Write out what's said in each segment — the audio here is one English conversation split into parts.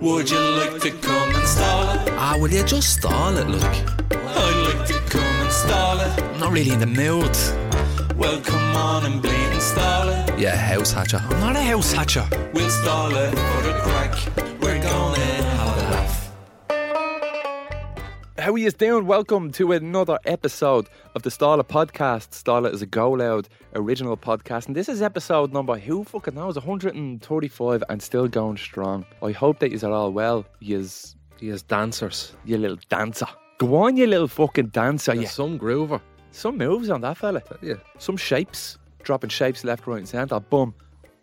Would you like to come and stall it? Ah, will you just stall it, look? I'd like to come and stall it. I'm not really in the mood. Well, come on and bleed and stall it. Yeah, house hatcher. I'm not a house hatcher. We'll stall it for the crack. We're gonna have a laugh. How are you doing? Welcome to another episode of the Starlet Podcast. Starlet is a Go Loud original podcast, and this is episode number who fucking knows 135 and still going strong. I hope that you are all well. Yous, He has dancers. you little dancer. Go on, you little fucking dancer. There's You. some groover. Uh, Some moves on that fella. Yeah. Some shapes, dropping shapes left, right, and centre. Boom,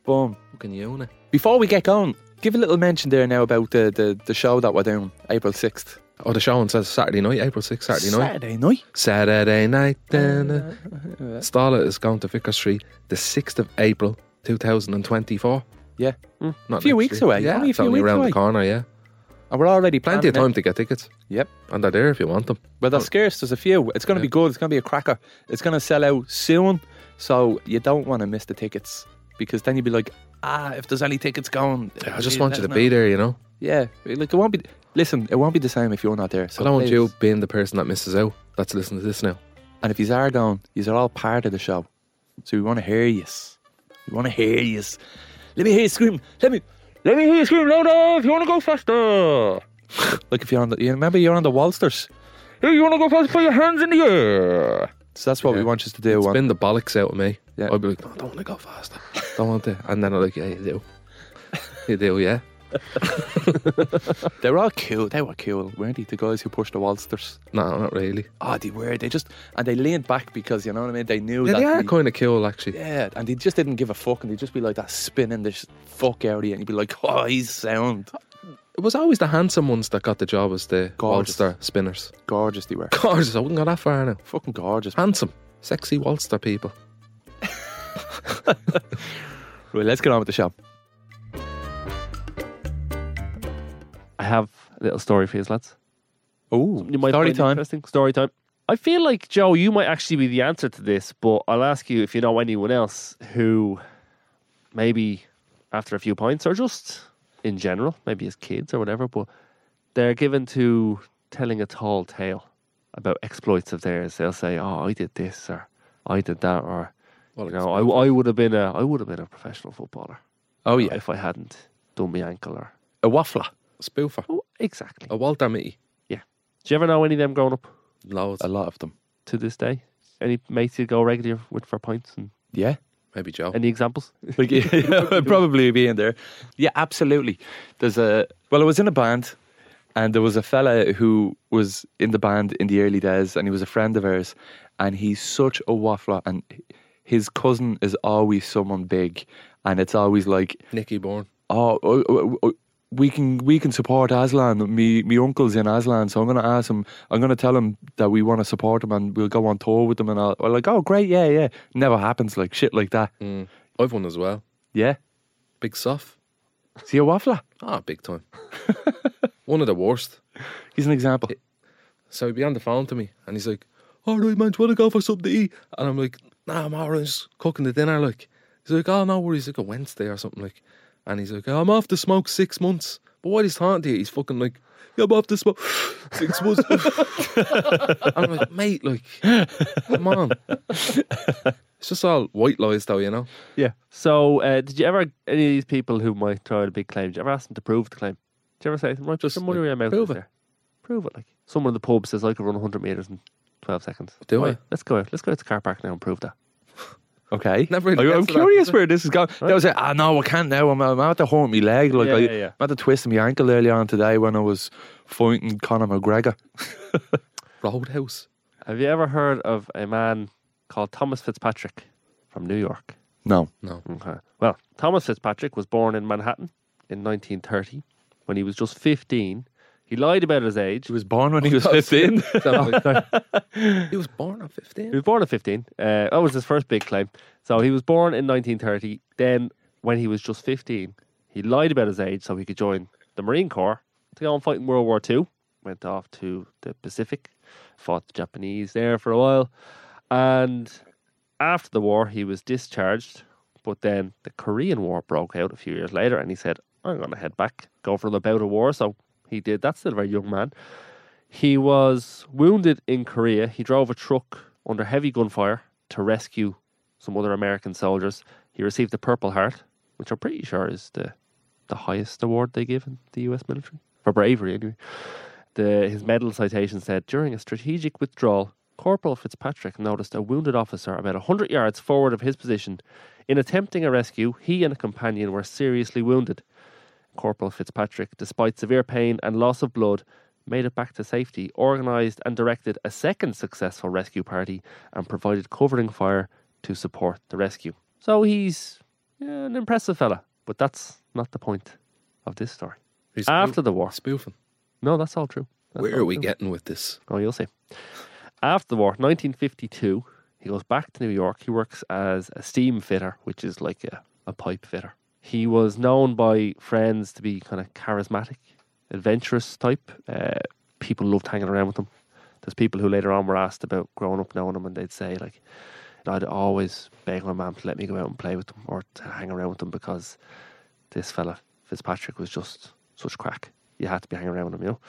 boom. Fucking unit. Before we get going, give a little mention there now about the the, the show that we're doing April sixth. Oh, the show on says Saturday night, April 6th, Saturday night. Saturday night. Saturday night. Then. Starlet is going to Vicar Street the 6th of April, 2024. Yeah. Few Not next weeks week. away. Yeah, Only a it's few only weeks around away. the corner, yeah. And uh, we're already Plenty of planning time to get tickets. it. Yep. And they're there if you want them. But they're scarce. There's a few. It's going to be good. It's going to be a cracker. It's going to sell out soon. So you don't want to miss the tickets because then you'll be like, ah, if there's any tickets going. I just please want let you us to know." be there, you know. Yeah. Like, it won't be. Listen, it won't be the same if you're not there. So I don't want please. you being the person that misses out. That's listening to this now. And if you are going, you are all part of the show. So we want to hear you. We want to hear you. Let me hear you scream. Let me. Let me hear you scream louder if you want to go faster. like if you're on the, you remember you're on the Walsters. Hey, you want to go faster? Put your hands in the air. So that's what we Yeah. want you to do. It's on- been the bollocks out of me. Yeah. I'd be like, no, I don't want to go faster. don't want to. And then I'm like, yeah, you do. You do, yeah. they were all cool. They were cool, weren't they? The guys who pushed the Walsters. No, not really. Oh, they were. They just and they leaned back because you know what I mean. They knew Yeah, that they are the- kind of cool, actually. Yeah, and they just didn't give a fuck, and they'd just be like that spinning this fuck area, and you'd be like, oh, he's sound. It was always the handsome ones that got the job as the Gorgeous. Walster spinners. Gorgeous they were. Gorgeous. I wouldn't go that far now. Fucking gorgeous. Handsome. Sexy Walster people. Right, let's get on with the show. I have a little story for you, lads. Oh, You might story find time. Interesting story time. I feel like Joe, you might actually be the answer to this, but I'll ask you if you know anyone else who, maybe after a few pints or just in general, maybe as kids or whatever, but they're given to telling a tall tale about exploits of theirs. They'll say, "Oh, I did this," or "I did that," or Well, you know, "I I would have been a I would have been a professional footballer Oh yeah, if I hadn't done my ankle or a waffler, Spoofer. oh, exactly." A Walter Mitty. Do you ever know any of them growing up? Loads. a lot of them. to this day? Any mates you go regular with for pints and Yeah, Maybe Joe. any examples? like, I'd probably be in there. Yeah, absolutely. There's a well, I was in a band, and there was a fella who was in the band in the early days, and he was a friend of ours, and he's such a waffler, and his cousin is always someone big, and it's always like Nicky Bourne. oh, oh, oh, oh, we can we can support Aslan. Me me uncle's in Aslan, so I'm gonna ask him. I'm gonna tell him that we want to support him, and we'll go on tour with them. And I'll, we're like, oh great, yeah, yeah. Never happens, like shit like that. Mm. I've won as well. Yeah, Big Soft. see a waffler. Ah, big time. One of the worst. He's an example. So he'd be on the phone to me and he's like, All right, man, do you want to go for something to eat? And I'm like, Nah, I'm all right, just cooking the dinner. Like, he's like, Oh, no worries, like a Wednesday or something. Like, and he's like, I'm off to smoke six months. But what he's talking to you, he's fucking like, Yeah, I'm off to smoke six months. I'm like, Mate, like, come on. It's just all white lies, though, you know? Yeah. So, uh, did you ever any of these people who might throw out a big claim? Did you ever ask them to prove the claim? Did you ever say, "Right, Just, just money like, where your mouth prove is it. there. Prove it." Like someone in the pub says, "I could run 100 meters in 12 seconds." Do Right, I? Let's go. Out. Let's go out to the car park now and prove that. Okay, Never really I, am gets to that, curious does it? where this is going. They was like, ah no, I can't now. I'm, I'm out to hurt my leg. Like Yeah, I, yeah, yeah. I'm out to twist my ankle earlier on today when I was fighting Conor McGregor. Roadhouse. Have you ever heard of a man called Thomas Fitzpatrick from New York? No, Okay. Well, Thomas Fitzpatrick was born in Manhattan in 1930 when he was just 15. He lied about his age. he was born when he was that was- 15. he was born at 15. He was born at 15. Uh, that was his first big claim. So he was born in 1930. Then, when he was just 15, he lied about his age so he could join the Marine Corps to go and fight in World War II. Went off to the Pacific, fought the Japanese there for a while. And after the war, he was discharged. But then the Korean War broke out a few years later, and he said, I'm going to head back, go for the bout of war. So he did. That's still a very young man. He was wounded in Korea. He drove a truck under heavy gunfire to rescue some other American soldiers. He received the Purple Heart, which I'm pretty sure is the the highest award they give in the U.S. military for bravery. Anyway, the his medal citation said during a strategic withdrawal, Corporal Fitzpatrick noticed a wounded officer about hundred yards forward of his position. In attempting a rescue, he and a companion were seriously wounded. Corporal Fitzpatrick, despite severe pain and loss of blood, made it back to safety, organised and directed a second successful rescue party, and provided covering fire to support the rescue. So he's yeah, an impressive fella, but that's not the point of this story. He's After the war. spoofing. No, that's all true. That's Where all are we true. getting with this? Oh, you'll see. After the war, 1952, he goes back to New York. He works as a steam fitter, which is like a, a pipe fitter. He was known by friends to be kind of charismatic, adventurous type. Uh, people loved hanging around with him. There's people who later on were asked about growing up knowing him, and they'd say, like, I'd always beg my mum to let me go out and play with them or to hang around with them because this fella, Fitzpatrick, was just such crack. You had to be hanging around with him, you know?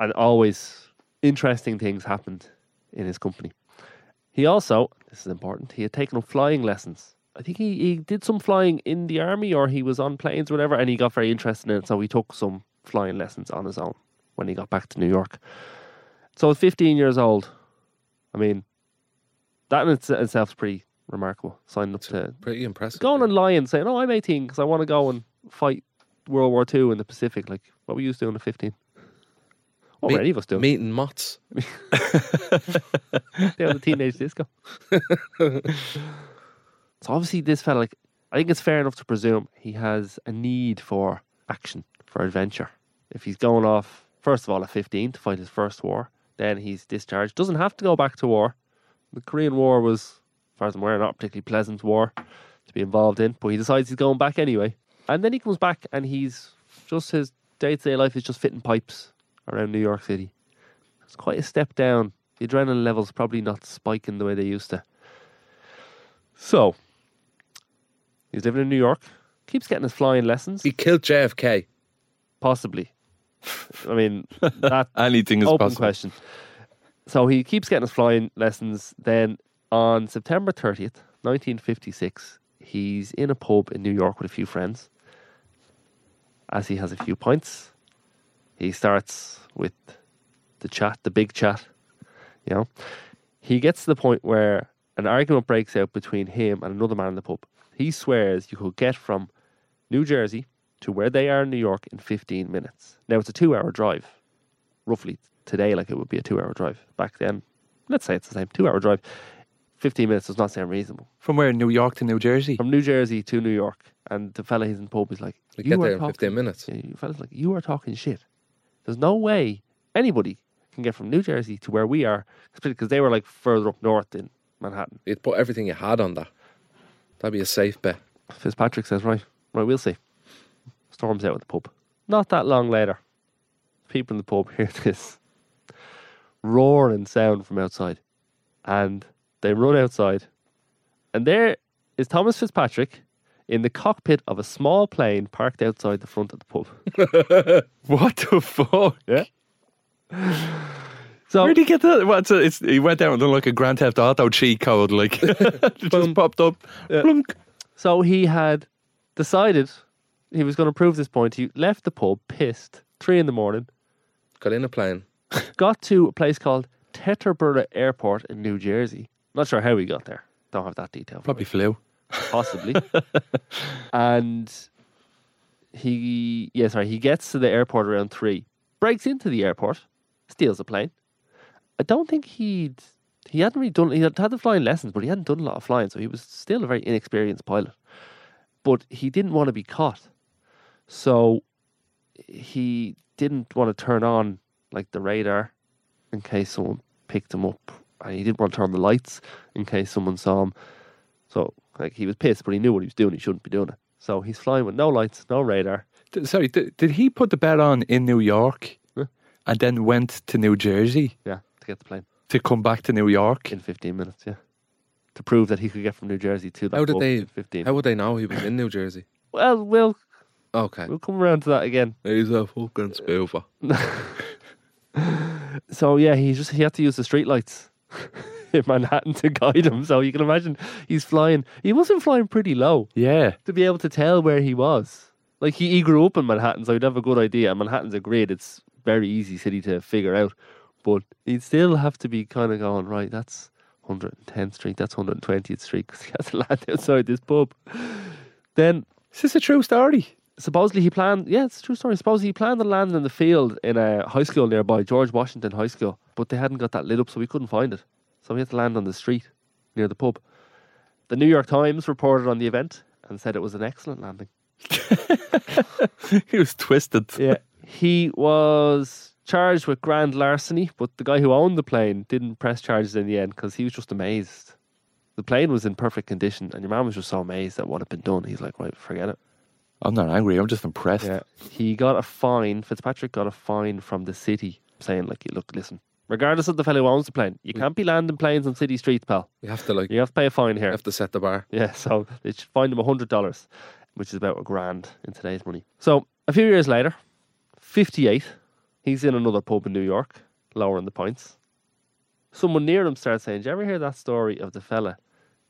and always interesting things happened in his company. He also, this is important, he had taken up flying lessons. I think he, he did some flying in the army or he was on planes or whatever, and he got very interested in it. So he took some flying lessons on his own when he got back to New York. So at 15 years old, I mean, that in its- itself is pretty remarkable. Signing up to Pretty impressive. going and lying, saying, "Oh, I'm 18 because I want to go and fight World War II in the Pacific." Like, what were you doing at 15? What were Me- any of us doing? Meeting Mott's. down the teenage disco. so obviously, this fella, like, I think it's fair enough to presume he has a need for action, for adventure. If he's going off, first of all, at 15 to fight his first war, then he's discharged, doesn't have to go back to war. The Korean War was, as far as I'm aware, not a particularly pleasant war to be involved in, but he decides he's going back anyway. And then he comes back and he's just his day to day life is just fitting pipes around New York City. It's quite a step down. The adrenaline levels probably not spiking the way they used to. So he's living in New York, keeps getting his flying lessons. He killed JFK. Possibly. I mean, that Anything is open possible. question. So he keeps getting his flying lessons. Then on September 30th, 1956, he's in a pub in New York with a few friends. As he has a few pints, he starts with the chat, the big chat. You know, he gets to the point where an argument breaks out between him and another man in the pub. He swears you could get from New Jersey to where they are in New York in 15 minutes. Now it's a two hour drive, roughly today, like it would be a two hour drive. Back then, let's say it's the same two hour drive. 15 minutes does not sound reasonable. From where? New York to New Jersey? From New Jersey to New York, and the fella he's in the pub is like, We "You get are there in talking- 15 minutes. yeah, you fellas, like you are talking shit. There's no way anybody can get from New Jersey to where we are, because they were like further up north in Manhattan. You'd put everything you had on that. That'd be a safe bet. Fitzpatrick says, "Right, right, we'll see." Storms out of the pub. Not that long later, people in the pub hear this roaring sound from outside, and they run outside, and there is Thomas Fitzpatrick in the cockpit of a small plane parked outside the front of the pub. What the fuck? Yeah. So Where'd he get that? Well, it's, a, it's he went down and done like a Grand Theft Auto cheat code, like it just popped up. Plunk. So he had decided he was going to prove this point. He left the pub pissed, three in the morning, Got in a plane. got to a place called Teterboro Airport in New Jersey. Not sure how he got there. Don't have that detail. for Probably flew. me, possibly. and he, yeah, sorry, he gets to the airport around three, breaks into the airport, steals a plane. I don't think he'd. He hadn't really done. He had had the flying lessons, but he hadn't done a lot of flying, so he was still a very inexperienced pilot. But he didn't want to be caught, so he didn't want to turn on like the radar in case someone picked him up, and he didn't want to turn on the lights in case someone saw him. So like he was pissed, but he knew what he was doing. He shouldn't be doing it. So he's flying with no lights, no radar. D- Sorry, did, did he put the bet on in New York Huh? and then went to New Jersey Yeah, to get the plane to come back to New York? in 15 minutes. Yeah, to prove that he could get from New Jersey to that. How did pub they- in 15. How would they know he was in New Jersey? Well, we'll Okay. We'll come around to that again. He's a fucking spoofer. So yeah, he just he had to use the streetlights in Manhattan to guide him. So you can imagine he's flying. He wasn't flying pretty low Yeah. to be able to tell where he was. Like he, he grew up in Manhattan, so he'd have a good idea. And Manhattan's a grid; it's very easy city to figure out. But he'd still have to be kind of going right. That's 110th Street. That's 120th Street because he had to land outside this pub. Then Is this a true story? supposedly he planned yeah it's a true story supposedly he planned to land in the field in a high school nearby george washington high school but they hadn't got that lit up so we couldn't find it so we had to land on the street near the pub the new york times reported on the event and said it was an excellent landing he was twisted. yeah he was charged with grand larceny but the guy who owned the plane didn't press charges in the end because he was just amazed the plane was in perfect condition and your man was just so amazed at what had been done he's like right forget it I'm not angry. I'm just impressed. Yeah. He got a fine. Fitzpatrick got a fine from the city saying, like, look, listen, regardless of the fellow who owns the plane, you can't be landing planes on city streets, pal. You have to like, You have to pay a fine you here. have to set the bar. Yeah, so they should fined him $100, which is about a grand in today's money. So a few years later, 58, he's in another pub in New York, lowering the pints. Someone near him starts saying, Did you ever hear that story of the fella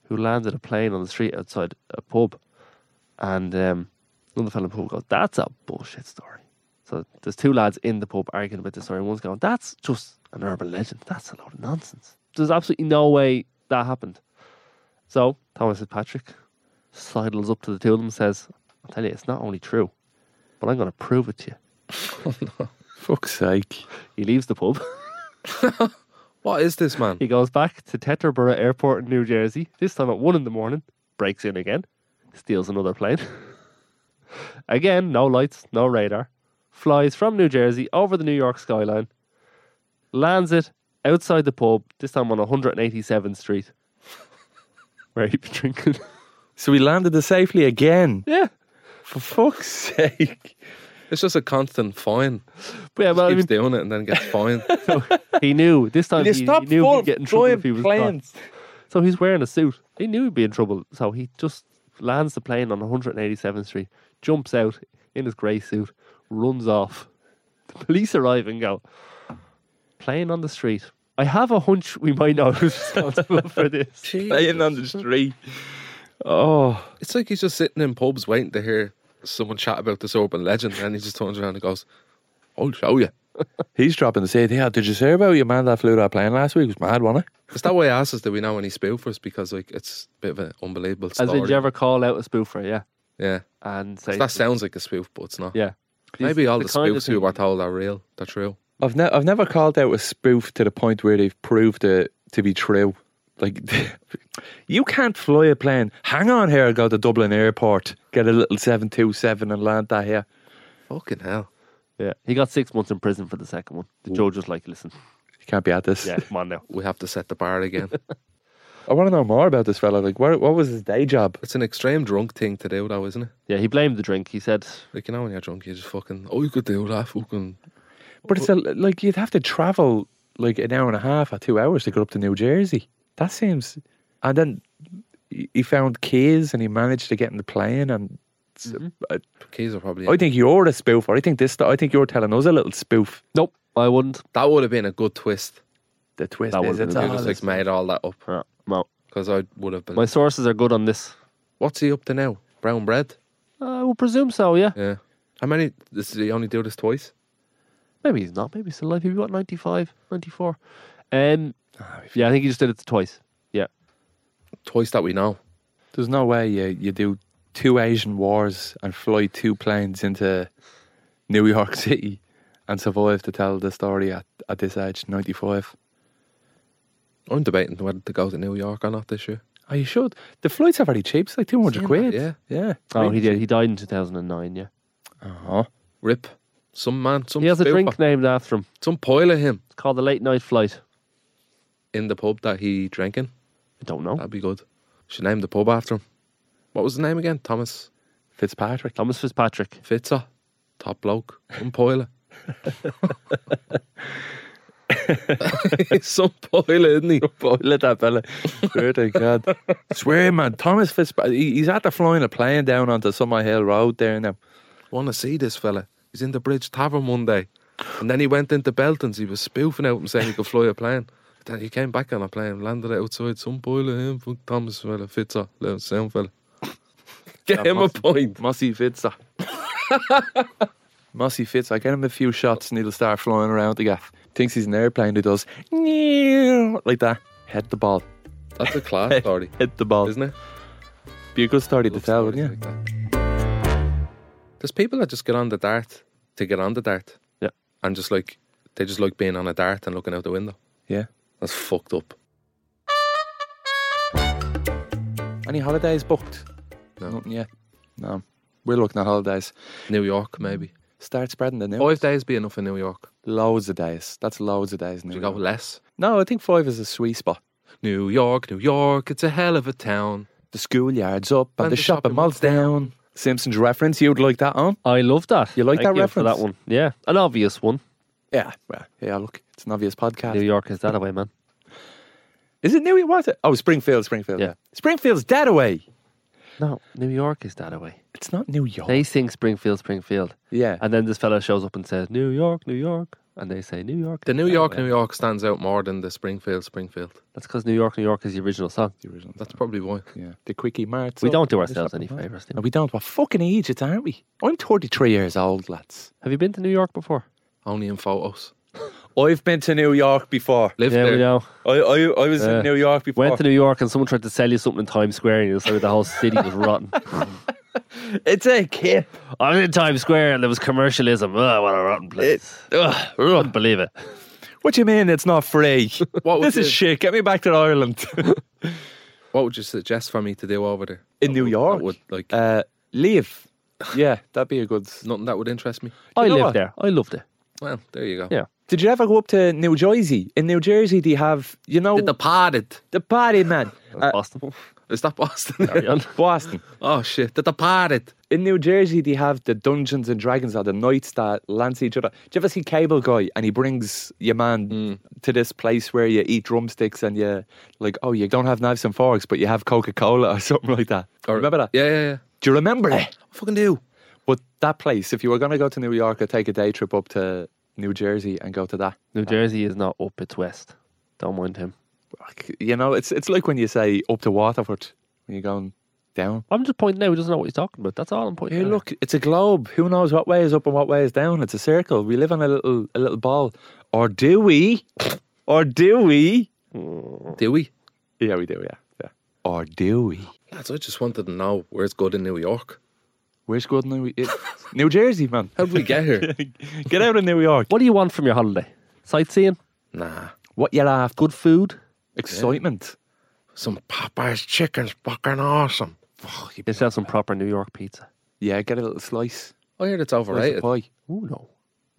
who landed a plane on the street outside a pub? And um, another fella in the pub goes, That's a bullshit story. So there's two lads in the pub arguing about this story. One's going, That's just an urban legend. That's a load of nonsense. There's absolutely no way that happened. So Thomas Fitzpatrick sidles up to the two of them and says, I'll tell you, it's not only true, but I'm going to prove it to you. Fuck's sake. He leaves the pub. What is this man? He goes back to Teterboro Airport in New Jersey, this time at one in the morning, breaks in again, steals another plane. again, no lights, no radar. Flies from New Jersey over the New York skyline, lands it outside the pub, this time on 187th Street, where he was drinking. So he landed it safely again. yeah. For fuck's sake. It's just a constant fine. But yeah, well, I Keeps mean, doing it and then gets fined. he knew this time. He, he knew he'd get in trouble if he was caught. planes. So he's wearing a suit. He knew he'd be in trouble. So he just lands the plane on 187th Street, jumps out in his grey suit, runs off. The police arrive and go, plane on the street. I have a hunch we might know who's responsible for this. Playing on the street. Oh. It's like he's just sitting in pubs waiting to hear someone chat about this urban legend, and he just turns around and goes, "I'll show you." He's dropping the seat. Yeah, did you hear about your man that flew that plane last week? It was mad, wasn't it? It's that way asses that we know any spoofers because like it's a bit of an unbelievable As story. in, did you ever call out a spoofer? Yeah. yeah, And say, that sounds like a spoof, but it's not. yeah. Maybe all the, kind of spoofs who thing- were told are real. They're true. I've, ne- I've never called out a spoof to the point where they've proved it to be true. Like, you can't fly a plane. Hang on here, go to Dublin Airport, get a little 727 and land that here. Fucking hell. Yeah. He got six months in prison for the second one. The judge was like, listen, You can't be at this. yeah, come on now. We have to set the bar again. I want to know more about this fella. Like, what, what was his day job? it's an extreme drunk thing to do, though, isn't it? Yeah, he blamed the drink. He said, Like you know, when you're drunk, you just fucking oh, you could do that. Fucking But it's a, like you'd have to travel like an hour and a half or two hours to get up to New Jersey. That seems. And then he- he found keys and he managed to get in the plane. And s- Mm-hmm. I, keys are probably. I think you're a spoof, or I think this. I think you're telling us a little spoof. nope, I wouldn't. that would have been a good twist. The twist That is would've it's been You all good. just this- like made all that up Uh, no. because I would have been. My sources are good on this. What's he up to now? Brown bread. I would presume so, yeah. Yeah. How many? Does he only do this twice? Maybe he's not. Maybe he's still alive. He'd be what, 95, 94? Um, yeah, I think he just did it twice. Yeah. Twice that we know. There's no way you you do two Asian wars and fly two planes into New York City and survive to tell the story at, at this age, ninety five. I'm debating whether to go to New York or not this year. Oh, you should. The flights are very cheap. It's like two hundred Same, quid. yeah. yeah. Oh, he did. He died in 2009, yeah. Uh-huh. Rip. Some man, some He has a spoofer, drink named after him. some pile of him It's called the Late Night Flight. in the pub that he drank in. I don't know. That'd be good. Should name the pub after him. What was his name again? Thomas Fitzpatrick. Thomas Fitzpatrick. Fitzer. Top bloke. Some pile. He's some pile, isn't he? Let that fella. Swear to God. Swear, man. Thomas Fitzpatrick. He's after flying a plane down onto Summer Hill Road there now. want to see this fella. He's in the Bridge Tavern one day. And then he went into Belton's. He was spoofing out and saying he could fly a plane. Then he came back on a plane, landed it outside some boiler him. Fuck Thomas fella, Fitzer, little sound fella. Get him a Mossy- point. Mossy Fitzer. Mossy Fitz, I get him a few shots and he'll start flying around the gaff. Thinks he's an airplane who does like that. Hit the ball. That's a class story, Hit the ball. isn't it? Be a good story to Love tell, stories wouldn't you? like that. There's people that just get on the dart to get on the dart. Yeah. And just like they just like being on a dart and looking out the window. Yeah. That's fucked up. Any holidays booked? No. Nothing yet. No. We're looking at holidays. New York, maybe. Start spreading the news. Five days be enough in New York. Loads of days. That's loads of days. in New Would you go York. less? No, I think five is a sweet spot. New York, New York, it's a hell of a town. The schoolyard's up and, the, shopping mall's down. Simpsons reference, you'd like that on? I love that. You like Thank that you for that reference? one? Yeah, an obvious one. Yeah. Well, yeah, look, it's an obvious podcast. New York is that away, man. Is it New York? Was it? Oh, Springfield, Springfield. Yeah. Springfield's dead away. No, New York is that away. It's not New York. They sing Springfield, Springfield, yeah. and then this fella shows up and says New York, New York, and they say New York. The is New that York, away." New York stands out more than the Springfield, Springfield. That's because New York, New York is the original song. The original. That's probably why. yeah. The quickie marts. We up. don't do The ourselves any shopping mall. favors. No, we don't. We're fucking idiots, aren't we? I'm 33 years old, lads. Have you been to New York before? Only in photos. I've been to New York before. Lived yeah, there. we know. I I, I was Uh, in New York before. Went to New York and someone tried to sell you something in Times Square and you decided the whole city was rotten. it's a kip. I was in Times Square and there was commercialism. Oh, what a rotten place. Ugh, I couldn't believe it. What do you mean it's not free? What would this is you- shit. Get me back to Ireland. What would you suggest for me to do over there? in New would- York? That would, like, Uh, leave. Yeah, that'd be a good. nothing that would interest me. I know lived what? there. I loved it. Well, there you go. Yeah. Did you ever go up to New Jersey? In New Jersey, they have, you know, The Departed. the party man. Uh, Boston. Is that Boston? Carry on. Boston. oh shit, The Departed. In New Jersey, they have the Dungeons and Dragons or the knights that lance each other. Do you ever see Cable Guy and he brings your man Mm. to this place where you eat drumsticks and you like, oh, you don't have knives and forks, but you have Coca Cola or something like that. Or- remember that? Yeah, yeah, yeah. Do you remember it? I fucking do. But that place, if you were going to go to New York, I'd take a day trip up to New Jersey and go to that. New Jersey is not up, it's west. Don't mind him. Like, You know, it's it's like when you say up to Waterford when you're going down. I'm just pointing out he doesn't know what he's talking about. That's all I'm pointing Hey, out. look, it's a globe. Who knows what way is up and what way is down? It's a circle. We live in a little a little ball, or do we? Or do we? Do we? Yeah, we do. Yeah, yeah. Or do we? Lads, I just wanted to know where it's good in New York. Where's good New it- New Jersey, man? How did we get here? Get out of New York. What do you want from your holiday? Sightseeing? nah, What you after? Good food? Excitement. some Popeye's chicken's fucking awesome. You should have some proper New York pizza. Yeah, get a little slice. I heard it's Slice overrated. of pie. Oh, no.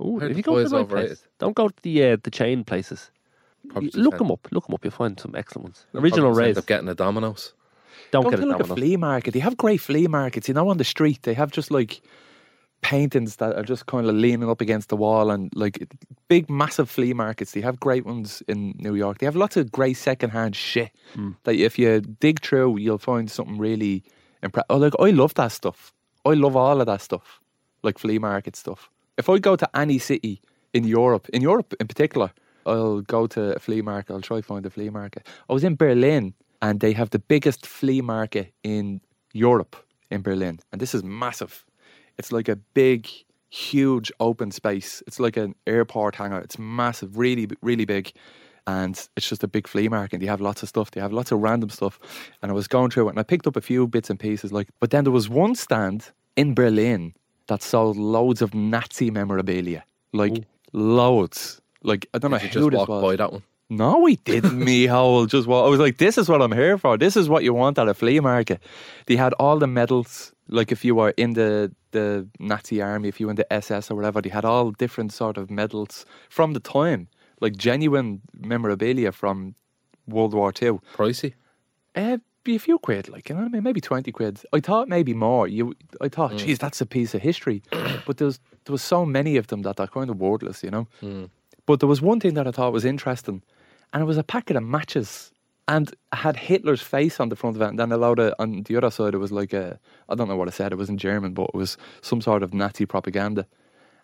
Ooh, Heard if the you go to boys the right overrated. place, don't go to the uh, the chain places. Probably You- just Look end- them up. Look them up. You'll find some excellent ones. probably Original just end Rays. up getting a Domino's. Don't Go get to it like a domino. flea market. They have great flea markets, you know, on the street. They have just like paintings that are just kind of leaning up against the wall and like big, massive flea markets. They have great ones in New York. They have lots of great secondhand shit that if you dig through, you'll find something really impressive. Oh, look, I love that stuff. I love all of that stuff, like flea market stuff. If I go to any city in Europe, in Europe in particular, I'll go to a flea market. I'll try to find a flea market. I was in Berlin and they have the biggest flea market in Europe in Berlin. And this is massive. It's like a big, huge open space. It's like an airport hangar. It's massive, really, really big. And it's just a big flea market. They have lots of stuff. They have lots of random stuff. And I was going through it and I picked up a few bits and pieces. Like, but then there was one stand in Berlin that sold loads of Nazi memorabilia. Like loads. Like I don't know You who just this walk was. by that one. No, we didn't, Michal. Just what I was like, this is what I'm here for. This is what you want at a flea market. They had all the medals, like if you were in the the Nazi army, if you were in the SS or whatever, they had all different sort of medals from the time, like genuine memorabilia from World War Two. Pricey. Uh, be a few quid, like you know what I mean? Maybe twenty quid. I thought maybe more. You, I thought, geez, that's a piece of history. but there's there was so many of them that they're kind of wordless, you know. But there was one thing that I thought was interesting, and it was a packet of matches, and had Hitler's face on the front of it. And then a lot of on the other side, it was like a I don't know what I said. It was in German, but it was some sort of Nazi propaganda.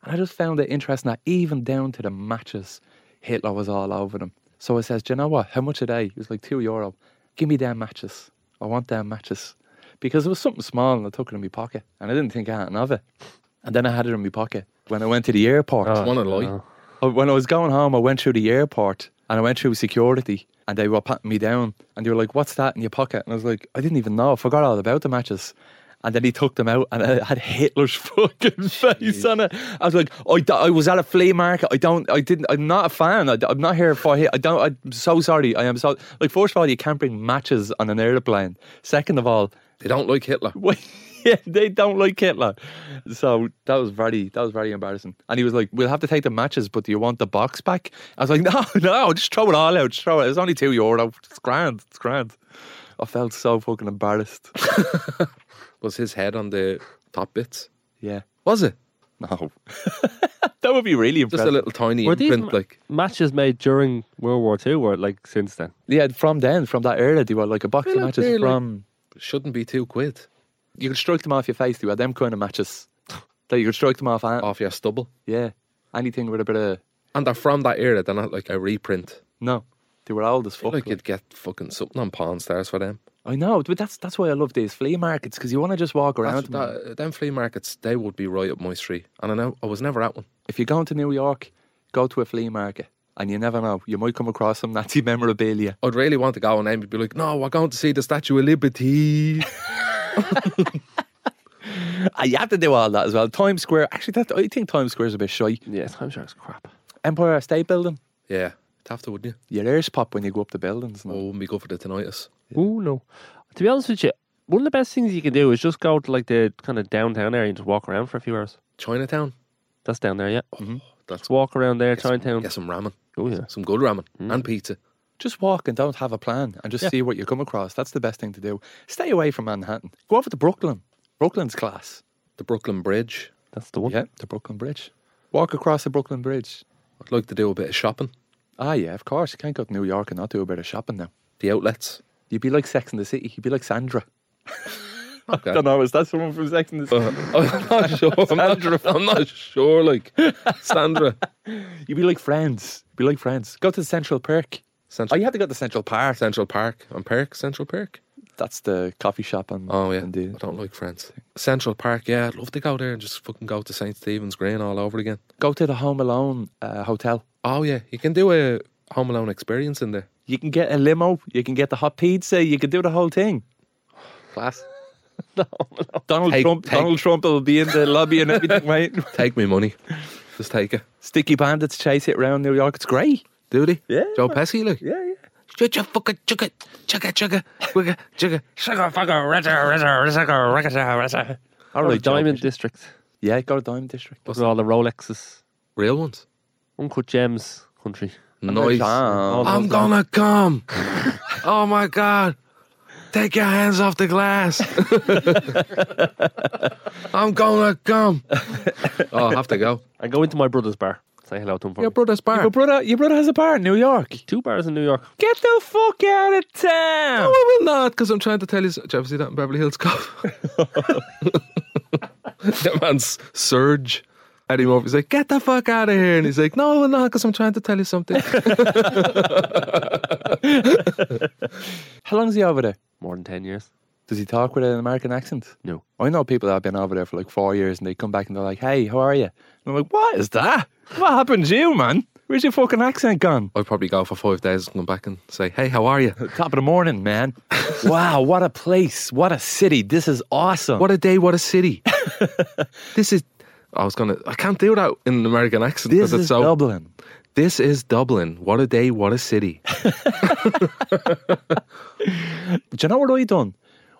And I just found it interesting that even down to the matches, Hitler was all over them. So I says, Do you know what? How much are they? It was like two euro. Give me them matches. I want them matches. Because it was something small and I took it in my pocket and I didn't think anything of it. And then I had it in my pocket when I went to the airport. Wanna lie? Uh, When I was going home, I went through the airport and I went through security and they were patting me down and they were like, What's that in your pocket? And I was like, I didn't even know. I forgot all about the matches. And then he took them out and it had Hitler's fucking face on it. I was like, I, d- I was at a flea market. I don't, I didn't, I'm not a fan. I, am not here for Hit. I don't, I'm so sorry. I am so, like, first of all, you can't bring matches on an airplane. Second of all, They don't like Hitler. well, yeah, they don't like Hitler. So that was very that was very embarrassing. And he was like, "We'll have to take the matches, but do you want the box back?" I was like, "No, no, just throw it all out. Just throw it. It's only two euro. It's grand. It's grand." I felt so fucking embarrassed. Was his head on the top bits? Yeah, Was it? no, that would be really Just impressive. a little tiny Were these imprint, ma- like matches made during World War Two or like since then? Yeah, from then, from that era, they were like a box of Well, matches they're like- from. shouldn't be two quid You could strike them off your face. They were them kind of matches that you could strike them off. and- off your stubble. Yeah, anything with a bit of And they're from that era. They're not like a reprint. no. They were old as I feel fuck. like you'd get fucking something on Pawn Stars for them. I know, but that's that's why I love these flea markets because you want to just walk around. That's, them. that, uh, them flea markets, they would be right up my street. And I know I was never at one. If you're going to New York, go to a flea market, and you never know, you might come across some Nazi memorabilia. I'd really want to go and then be like, no, we're going to see the Statue of Liberty. And you have to do all that as well. Times Square, actually, that, I think Times Square is a bit shy. Yeah, time share is crap. Empire State Building, yeah, tough to, wouldn't your ears pop when you go up the buildings. you? No? Oh, wouldn't be good for the tinnitus. Oh no. To be honest with you, one of the best things you can do is just go to like the kind of downtown area and just walk around for a few hours. Chinatown. That's down there, yeah. That's Just walk around there, Chinatown. Get some ramen, Oh yeah. some good ramen, Mm. and pizza. Just walk and don't have a plan, and just see what you come across. That's the best thing to do. Stay away from Manhattan. Go over to Brooklyn. Brooklyn's class. The Brooklyn Bridge. That's the one. Yeah, the Brooklyn Bridge. Walk across the Brooklyn Bridge. I'd like to do a bit of shopping. Ah, yeah, of course. You can't go to New York and not do a bit of shopping now. The outlets. You'd be like Sex in the City. You'd be like Sandra. Okay. don't know. Is that someone from Sex and the City? I'm not sure. I'm not, I'm not sure. Like Sandra, You'd be like friends. Be like friends. Go to Central Park. Oh, Central, you have to go to Central Park. Central Park and Park, Central Park. That's the coffee shop on. Oh yeah, on I the- don't like France. Central Park, yeah, I'd love to go there and just fucking go to St Stephen's Green all over again. Go to the Home Alone uh, hotel. Oh yeah, you can do a Home Alone experience in there. You can get a limo. You can get the hot pizza. You can do the whole thing. Class. Donald Take- Trump. take- Donald Trump will be in the lobby and everything, mate. Take me money, just take it. Sticky bandits chase it around New York. It's great. Do they? Yeah, Joe Pesci, like. Yeah, yeah. Chugga fucka chugga chugga chugga wigga chugga. All Or right, Diamond Diamond. District. Yeah, go to Diamond District. Look at all the Rolexes. Real ones. Uncut Gems country. Nice. Ah, I'm gonna come. oh my god. Take your hands off the glass. I'm gonna come. oh, I have to go. I go into my brother's bar. Say hello to him for Your me. brother's bar. Your brother, your brother has a bar in New York. Two bars in New York. Get the fuck out of town. No, I will not, because I'm trying to tell you. Did you ever see that in Beverly Hills Cop? that man's Surge. Eddie Murphy's like, get the fuck out of here. And he's like, no, I will not, because I'm trying to tell you something. How long's he over there? More than ten years. Does he talk with an American accent? No. I know people that have been over there for like four years and they come back and they're like, hey, how are you? And I'm like, what is that? What happened to you, man? Where's your fucking accent gone? I'd probably go for five days and come back and say, hey, how are you? Top of the morning, man. wow, what a place. What a city. This is awesome. What a day, what a city. this is. I was gonna. I can't do that in an American accent this because it's is so. Dublin. This is Dublin. What a day, what a city. Do you know what I done?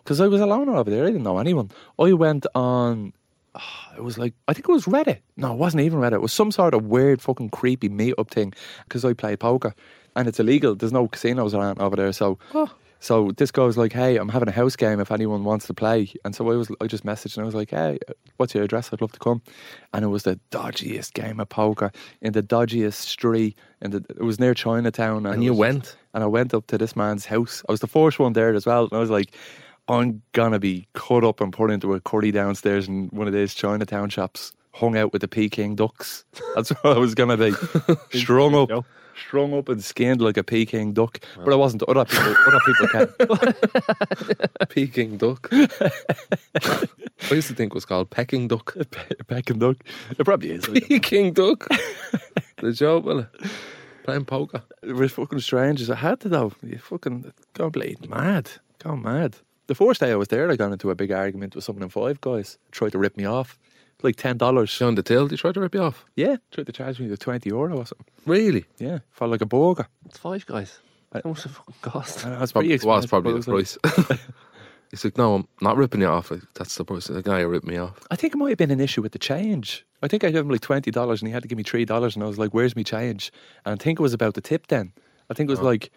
Because I was alone over there. I didn't know anyone. I went on. ah, It was like I think it was Reddit. No, it wasn't even Reddit. It was some sort of weird, fucking creepy meetup thing. Because I play poker, and it's illegal. There's no casinos around over there. So, so this guy was like, "Hey, I'm having a house game. If anyone wants to play." And so I was, I just messaged and I was like, "Hey, what's your address? I'd love to come." And it was the dodgiest game of poker in the dodgiest street, and it was near Chinatown. And it you was just- went. And I went up to this man's house. I was the first one there as well. And I was like, I'm gonna be cut up and put into a curry downstairs in one of those Chinatown shops, hung out with the Peking ducks. That's what I was gonna be. strung up. No. Strung up and skinned like a Peking duck. But I wasn't other people other people can Peking duck. I used to think it was called pecking duck. Pe- Peking duck. It probably is. Peking duck. the joke, well, playing poker. We're fucking strangers. I had to though. You fucking gone blade mad. Gone mad. The first day I was there, I got into a big argument with someone in five guys. Tried to rip me off. Like ten dollars. John the tail, they tried to rip you off. Yeah. Tried to charge me the twenty euro or something. Really? Yeah. Felt like a burger. It's five guys. How much does it fucking cost? I know, it's Prob- pretty it was expensive, probably but the it was price. He's like, no, I'm not ripping you off. Like, That's the price. The guy who ripped me off. like- I think it might have been an issue with the change. I think I gave him like twenty dollars and he had to give me three dollars and I was like, Where's me change? And I think it was about the tip then. I think it was like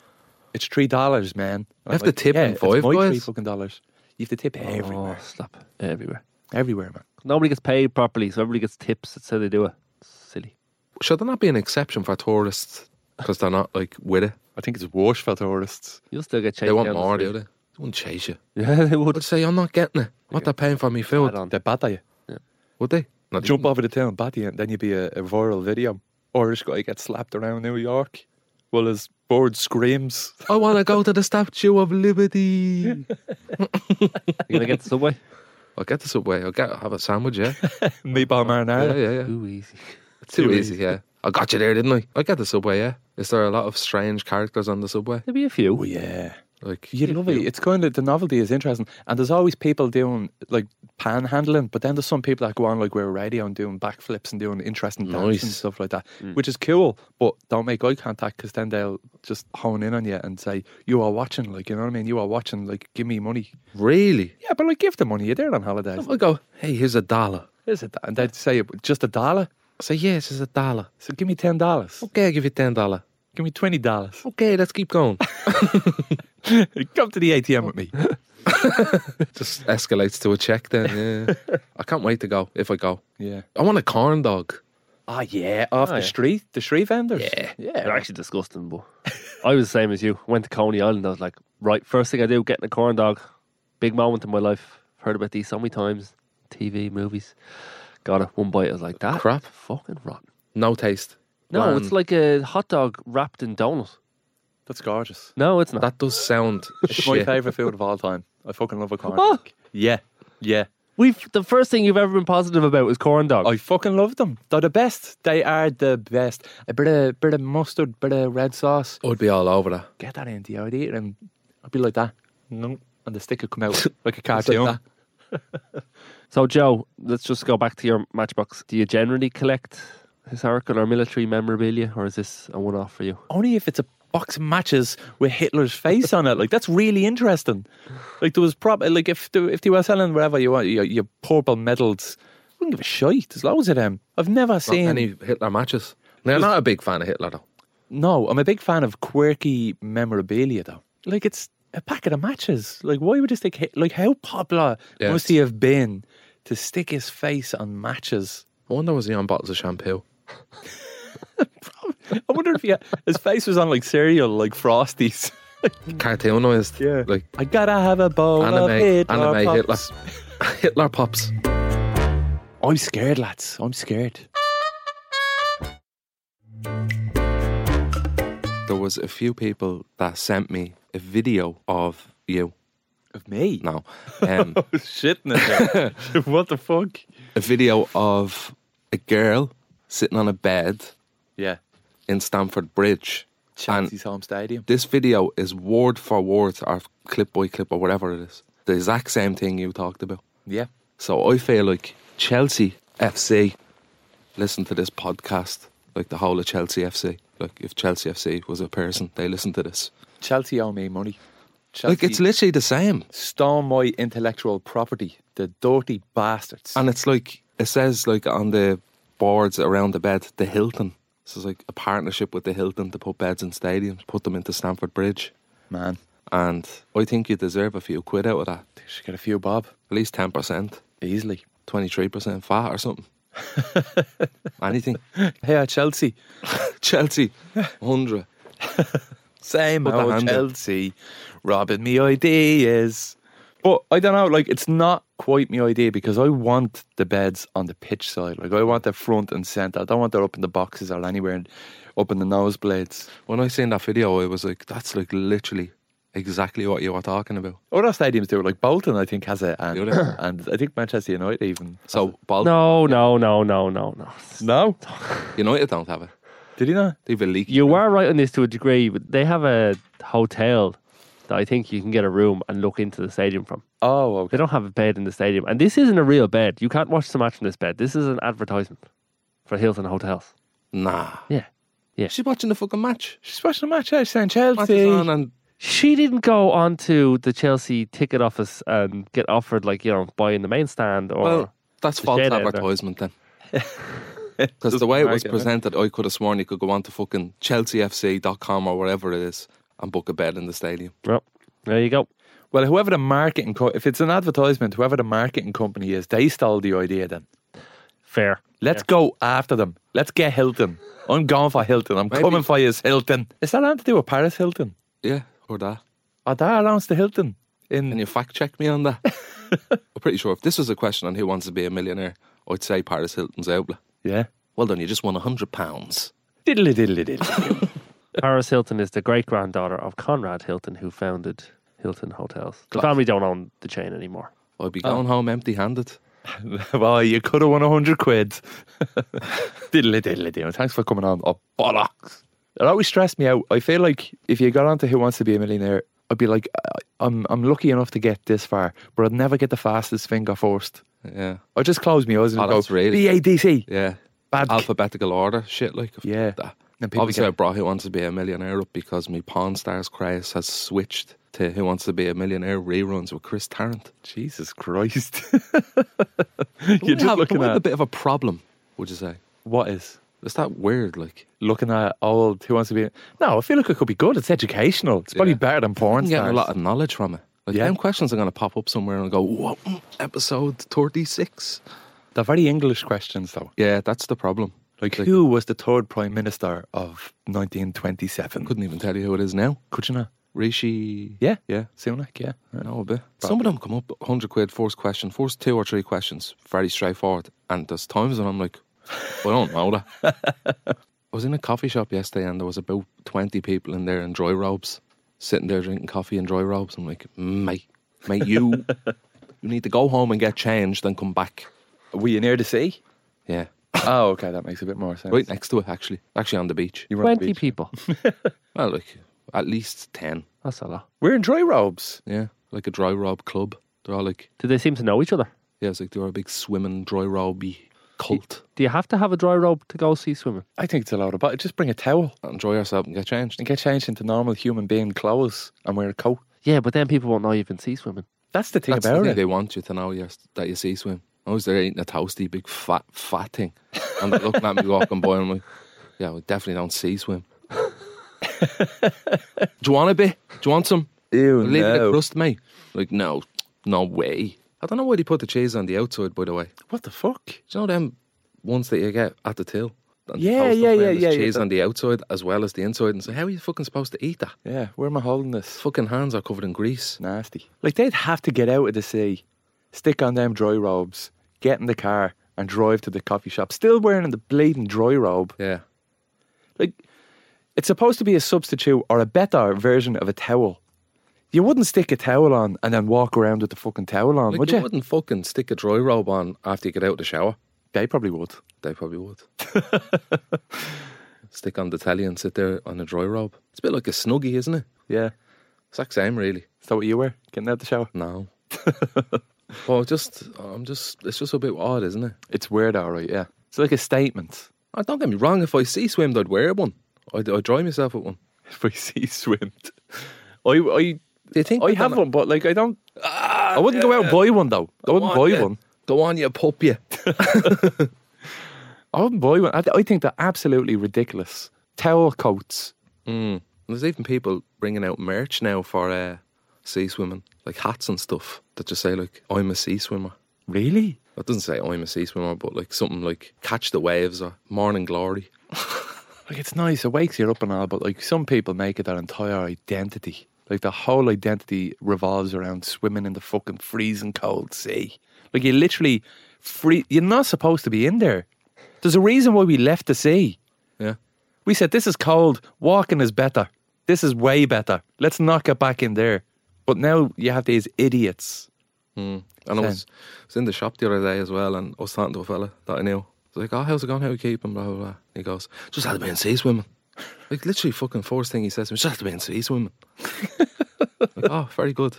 it's three dollars, man. And I'm Oh. have to like, tip yeah, in it's five my three guys? fucking dollars. You have to tip everywhere. Oh, stop. Everywhere. Everywhere, man. Nobody gets paid properly, so everybody gets tips. That's how they do it. Silly. Should there not be an exception for tourists because they're not like with it? I think it's worse for tourists. You'll still get chased. They want down the more, do street. they? They wouldn't chase you. Yeah, they would. Would say, I'm not getting it. What they're paying for me food? Add on. They bat at you. Would they? Not Jump over the town, bat you, and then you'd be a, a viral video. Irish guy gets slapped around New York while his bird screams. I want to go to the Statue of Liberty. You're going to get the subway? I'll get the subway. I'll get have a sandwich. Yeah, Meatball Oh, yeah, marinara. yeah. yeah. Too easy. Too, Too easy. Yeah, I got you there, didn't I? I get the subway. Yeah. Is there a lot of strange characters on the subway? There'll be a few. Oh, yeah. Like You love it. It's kind of the novelty is interesting, and there's always people doing like panhandling, but then there's some people that go on like we're radio and doing backflips and doing interesting dances and Nice. stuff like that, which is cool. But don't make eye contact because then they'll just hone in on you and say you are watching, like you know what I mean. You are watching, like give me money. really. Yeah, but like give the money. You're there on holidays. I go. Hey, here's a dollar. Is it that? And they'd say just a dollar. I say yes, it's a dollar. So give me ten dollars. Okay, I'll give you ten dollar. Give me twenty dollars. Okay, let's keep going. Come to the ATM with me. Just escalates to a check then. Yeah. I can't wait to go if I go. Yeah. I want a corn dog. Ah, Oh yeah, off Oh, the yeah. street, the street vendors. Yeah. They're yeah. actually disgusting, but I was the same as you. Went to Coney Island. I was like, right, first thing I do, getting a corn dog. Big moment in my life. Heard about these so many times. TV, movies. Got it. One bite. I was like, that Crap. fucking rotten. No taste. No, Bland. it's like a hot dog wrapped in donut. That's gorgeous. No, it's not. that does sound My shit. favorite food of all time. I fucking love a corn What? dog. Oh. Yeah, yeah. We've the first thing you've ever been positive about is corn dog. I fucking love them. They're the best. They are the best. A bit of bit of mustard, bit of red sauce. I'd be all over that. Get that into you. I'd eat it and I'd be like that. No, and the stick would come out like a cartoon. that. So, Joe, let's just go back to your matchbox. Do you generally collect historical or military memorabilia, or is this a one-off for you? Only if it's a box of matches with Hitler's face on it. Like that's really interesting. Like there was probably like if the, if they were selling wherever you want your, your purple medals. I wouldn't give a shite. There's loads of them. I've never Not seen any Hitler matches. Now, I'm not a big fan of Hitler though. No, I'm a big fan of quirky memorabilia, though. Like it's a packet of matches. Like why would you stick? Hit- like how popular Yeah, must it's- he have been to stick his face on matches? I wonder was he on bottles of shampoo? I wonder if he had, his face was on like cereal, like Frosties. Cartoonized. Yeah. Like I gotta have a bowl of Anime- Hitler anime Pops. Hitler pops. I'm scared, lads. I'm scared. There was a few people that sent me a video of you. Of me? No. Um, Shit, no. what the fuck? a video of a girl sitting on a bed Yeah, in Stamford Bridge. Chelsea's home stadium. This video is word for word or clip by clip or whatever it is. The exact same thing you talked about. Yeah, So I feel like Chelsea FC listen to this podcast, like the whole of Chelsea FC. Like if Chelsea FC was a person, they listen to this. Chelsea owe me money. Chelsea Like it's literally the same. stole my intellectual property. The dirty bastards. And it's like it says like on the boards around the bed, the Hilton. So it's like a partnership with the Hilton to put beds in stadiums, put them into Stamford Bridge. Man, And I think you deserve a few quid out of that. they should get a few bob At least ten percent, easily. twenty three percent fat or something. Anything. Hey, uh, Chelsea, Chelsea, hundred. Same Put the old hand up. Chelsea robbing me ideas. But I don't know, like it's not quite my idea because I want the beds on the pitch side. Like I want the front and centre. I don't want that up in the boxes or anywhere and up in the nosebleeds. When I seen that video, I was like, that's like literally exactly what you were talking about. Other stadiums do it, like Bolton I think has it Do and, they? and I think Manchester United even. So, Bal- Uh, No, no, no, no, no, no. No? United don't have it. Did he not? They've a leak. You are right on this to a degree, but they have a hotel that I think you can get a room and look into the stadium from. Oh They okay. don't have a bed in the stadium, and this isn't a real bed. You can't watch the match from this bed. This is an advertisement for Hilton Hotels. Nah. Yeah. Yeah. She's watching the fucking match. She's watching the match out saying Match Chelsea. is on and She didn't go onto the Chelsea ticket office and get offered like you know buy in the main stand or. Well, that's The false shade out there. advertisement then. Because the way it market, was right? presented, I could have sworn you could go on to fucking chelseafc.com or whatever it is and book a bed in the stadium. Well, there you go. Well, whoever the marketing co- if it's an advertisement, whoever the marketing company is, they stole the idea then. Fair. Let's go after them. Let's get Hilton. I'm going for Hilton. I'm Maybe- coming for you, Hilton. Is that anything to do with Paris Hilton? Yeah, or that. Or that belongs to Hilton? Can In you fact check me on that? I'm pretty sure if this was a question on who wants to be a millionaire, I'd say Paris Hilton's outlet. yeah. Well done, you just won £100. Diddly diddly diddly. Paris Hilton is the great granddaughter of Conrad Hilton, who founded Hilton Hotels. The Class. family don't own the chain anymore. I'd Oh. be going home empty handed. well, you could have won a hundred quid. diddly diddly diddly. Thanks for coming on. Oh bollocks! It always stressed me out. I feel like if you got onto Who Wants to Be a Millionaire, I'd be like, I- I'm I'm lucky enough to get this far, but I'd never get the fastest finger first. Yeah, I just close my eyes and Oh, go that's really- BADC. yeah. Bad. Alphabetical order, shit like. Yeah. That. And people Obviously, get- I brought Who Wants to Be a Millionaire up because my Pawn Stars craze has switched to Who Wants to Be a Millionaire reruns with Chris Tarrant. Jesus Christ. We You're just have, looking we have a at bit of a problem, would you say? what is Is that weird? Like, looking at old who wants to be No, I feel like it could be good. It's educational. It's probably Yeah. better than porn I'm getting a stars. lot of knowledge from it. Like, Yeah. them questions are going to pop up somewhere and go, "Whoa, mm, episode 36. They're very English questions though. Yeah, that's the problem. Like, Like- who was the third prime minister of 1927? Could, Couldn't even tell you who it is now. could you not? Rishi. Yeah. Yeah. Sunak, yeah. I know a bit. Some of them come up 100 quid, first question, first two or three questions, very straightforward. And there's times when I'm like, I don't know that. I was in a coffee shop yesterday and there was about 20 people in there in dry robes, sitting there drinking coffee in dry robes. I'm like, mate, mate, you, you need to go home and get changed and come back. Were you near the sea? Yeah. Oh, okay, that makes a bit more sense. Right next to it, actually. Actually, on the beach. You were on the 20 beach. people. Well, like, at least 10. That's a lot. We're in dry robes. Yeah. Like a dry rob club. They're all like, Do they seem to know each other? yeah, it's like they're a big swimming, dry roby cult. Do you have to have a dry robe to go see swimming? I think it's a lot of but just bring a towel Enjoy yourself and get changed. and get changed into normal human being clothes and wear a coat. Yeah, but then people won't know you can see swimming. That's the thing That's about the thing, it. they want you to know you that you see swim. I was there eating a toasty, big fat, fat thing, and they're looking at me walking by, and I'm like, "Yeah, we definitely don't see swim." Do you want a bit? Do you want some? Ew, Leave it no. a crust, mate. Like, no, no way. I don't know why they put the cheese on the outside. By the way, What the fuck? do you know them ones that you get at the till? And Yeah, toast them, yeah, man, yeah, there's yeah, yeah, Cheese that- on the outside as well as the inside, and so how are you fucking supposed to eat that? Yeah, where am I holding this? Fucking hands are covered in grease. Nasty. Like they'd have to get out of the sea, stick on them dry robes, get in the car, and drive to the coffee shop, still wearing the bleeding dry robe. Yeah, Like it's supposed to be a substitute or a better version of a towel. You wouldn't stick a towel on and then walk around with the fucking towel on, like, would you you? wouldn't fucking stick a dry robe on after you get out of the shower. They probably would. They probably would. Stick on the telly and sit there on a dry robe. It's a bit like a snuggie, isn't it? Yeah. Exact same, really. Is that what you were? Getting out the shower? No. well, just I'm just it's just a bit odd, isn't it? It's weird, all right, yeah. It's like a statement. Oh, don't get me wrong. If I sea swimmed, I'd wear one. I'd, I'd dry myself with one. If I see swimmed. I, I, Do you think I that have they're one, but like I don't. not- I wouldn't go out and buy one though. I Go wouldn't on, buy you- one. Go on, you pup, you. I wouldn't buy one. Oh, I, th- I think they're absolutely ridiculous. Towel coats. Mm. There's even people bringing out merch now for uh, sea swimming, like hats and stuff that just say like "I'm a sea swimmer." Really? That doesn't say I'm a sea swimmer, but like something like catch the waves or morning glory. Like it's nice, it wakes you up and all, but like some people make it their entire identity. Like the whole identity revolves around swimming in the fucking freezing cold sea. Like you literally free you're not supposed to be in there. There's a reason why we left the sea. Yeah. We said this is cold, walking is better. This is way better. Let's not get back in there. But now you have these idiots. And I Same. was, was in the shop the other day as well, and I was talking to a fella that I knew. I was like, "Oh, how's it going? How you keeping?" Blah blah. blah. He goes, "Just had to be in sea swimming." Like literally, fucking first thing he says to me, "Just had to be in sea swimming." like, oh, very good.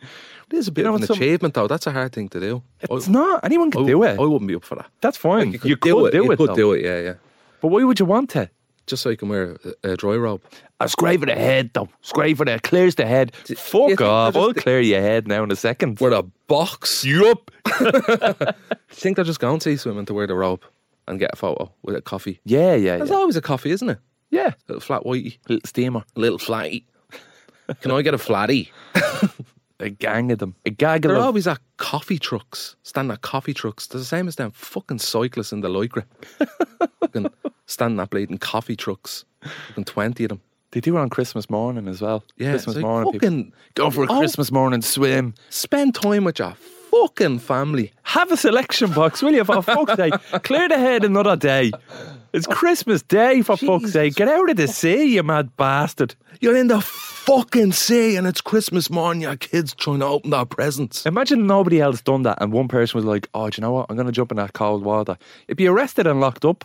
It is a bit You know of what, an some- achievement, though. That's a hard thing to do. Oh, I- It's not anyone I, can do it. I wouldn't be up for that. That's fine. You could, do, it. You could though. do it. Yeah, yeah. But why would you want to? Just so you can wear a, a dry robe. It's great for the head, though. It's great for the clears the head. you Fuck think off! they're I'll just- clear your head now in a second. Wear a box. You Yup. think they're just going sea swimming to wear the robe and get a photo with a coffee? Yeah, yeah, There's yeah. always a coffee, isn't it? yeah. Little flat whitey. Little steamer. little flatty. Can I get a flatty? A gang of them. A gag of They're them. always at coffee trucks, standing at coffee trucks. They're the same as them fucking cyclists in the Lycra. fucking standing at bleeding coffee trucks. Fucking 20 of them. they do it on Christmas morning as well. Yeah, Christmas it's like, morning. people- fucking Go for a Oh. Christmas morning swim. spend time with your fucking family. Have a selection box, will you? For fuck's sake. Clear the head another day. It's Christmas Day, for fuck's sake. Get out of the sea, you mad bastard. You're in the fucking sea and it's Christmas morning. Your kids trying to open their presents. Imagine nobody else done that, and one person was like, "Oh, do you know what? I'm going to jump in that cold water. You'd be arrested and locked up.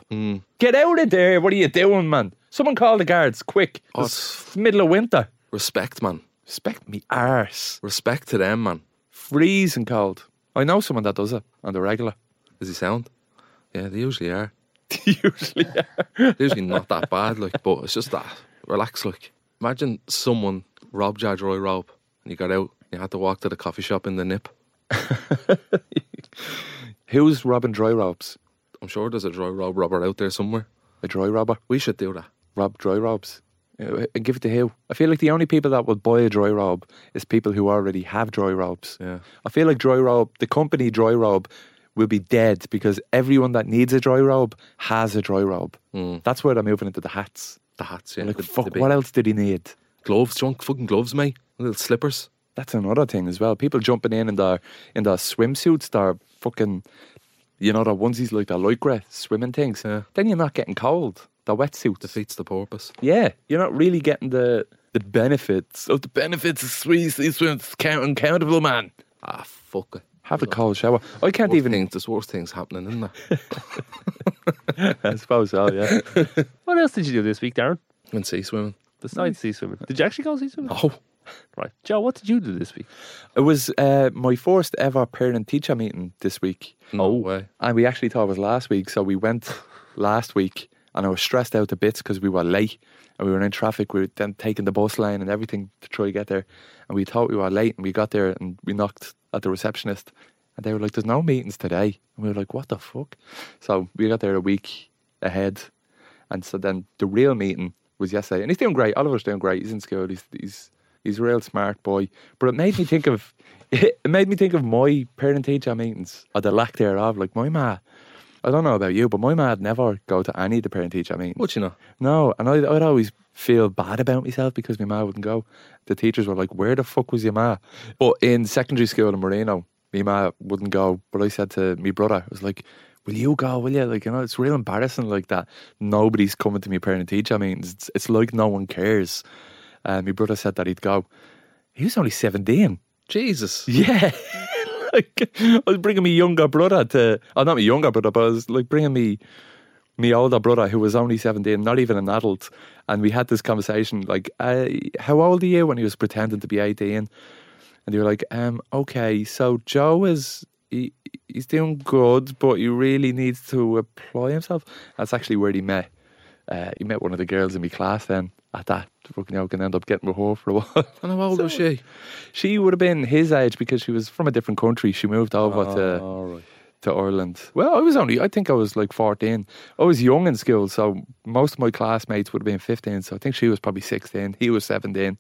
Get out of there! What are you doing, man? Someone call the guards, quick! Oh, it's middle of winter. Respect, man. Respect me arse. Respect to them, man. Freezing cold. I know someone that does it on the regular. Does he sound? Yeah, they usually are. Usually, They're usually not that bad, like, but it's just that relax, like. Imagine someone robbed your dry robe and you got out. You had to walk to the coffee shop in the nip. who's robbing dry robes? I'm sure there's a dry robe robber out there somewhere. A dry robber. We should do that. Rob dry robes. Uh, Give it to who? I feel like the only people that would buy a dry robe is people who already have dry robes. Yeah. I feel like dry robe, the company dry robe, will be dead because everyone that needs a dry robe has a dry robe. That's where they're moving into the hats. The hats, Hmm. yeah. Like, the, fuck, the big what else did he need? gloves, drunk fucking gloves, mate. Little slippers. That's another thing as well. People jumping in in their in their swimsuits, their fucking, you know, their onesies like their lycra swimming things. Yeah. Then you're not getting cold. The wetsuits. Defeats the purpose. Yeah, you're not really getting the the benefits. Oh, the benefits of sweet sea swims count uncountable, man. Ah, fuck it. Have a cold shower. I can't Worst even. things, there's worse things happening, isn't there? I suppose so. Yeah. What else did you do this week, Darren? when sea swimming. Besides sea swimming, did you actually go sea swimming? Oh, Right, Joe. What did you do this week? It was uh, my first ever parent teacher meeting this week. no way. And we actually thought it was last week. So we went last week and I was stressed out a bit because we were late and we were in traffic. We were then taking the bus line and everything to try to get there. And we thought we were late and we got there and we knocked at the receptionist. And they were like, there's no meetings today. And we were like, what the fuck? So we got there a week ahead. And so then the real meeting was yesterday. And he's doing great. Oliver's doing great. He's in school. He's, he's, he's a real smart boy. But it made me think of it made me think of my parent teacher meetings or the lack thereof. Like my ma, I don't know about you, but my ma'd never go to any of the parent teacher meetings. What you know? No, and I'd, I'd always feel bad about myself because my ma wouldn't go. The teachers were like, "Where the fuck was your ma?" But in secondary school in Moreno, my ma wouldn't go. But I said to my brother, "I was like, will you go? Will you? Like, you know, it's real embarrassing like that. Nobody's coming to me parent teacher meetings. It's, it's like no one cares." Uh, my brother said that he'd go. He was only seventeen. Jesus. Yeah. like I was bringing my younger brother to oh not my younger brother, but I was like bringing me my older brother who was only 17, not even an adult. And we had this conversation like, uh, how old are you? When he was pretending to be 18. And they were like, um, okay, so Joe is, he, he's doing good, but he really needs to apply himself. That's actually where he met. Uh, he met one of the girls in my class then at that. Fucking hell, can end up getting with her for a while. And how old was she? She would have been his age because she was from a different country. She moved over to all right. to Ireland. Well, I was only I think I was like 14. I was young in school, so most of my classmates would have been 15, so I think she was probably 16, he was 17.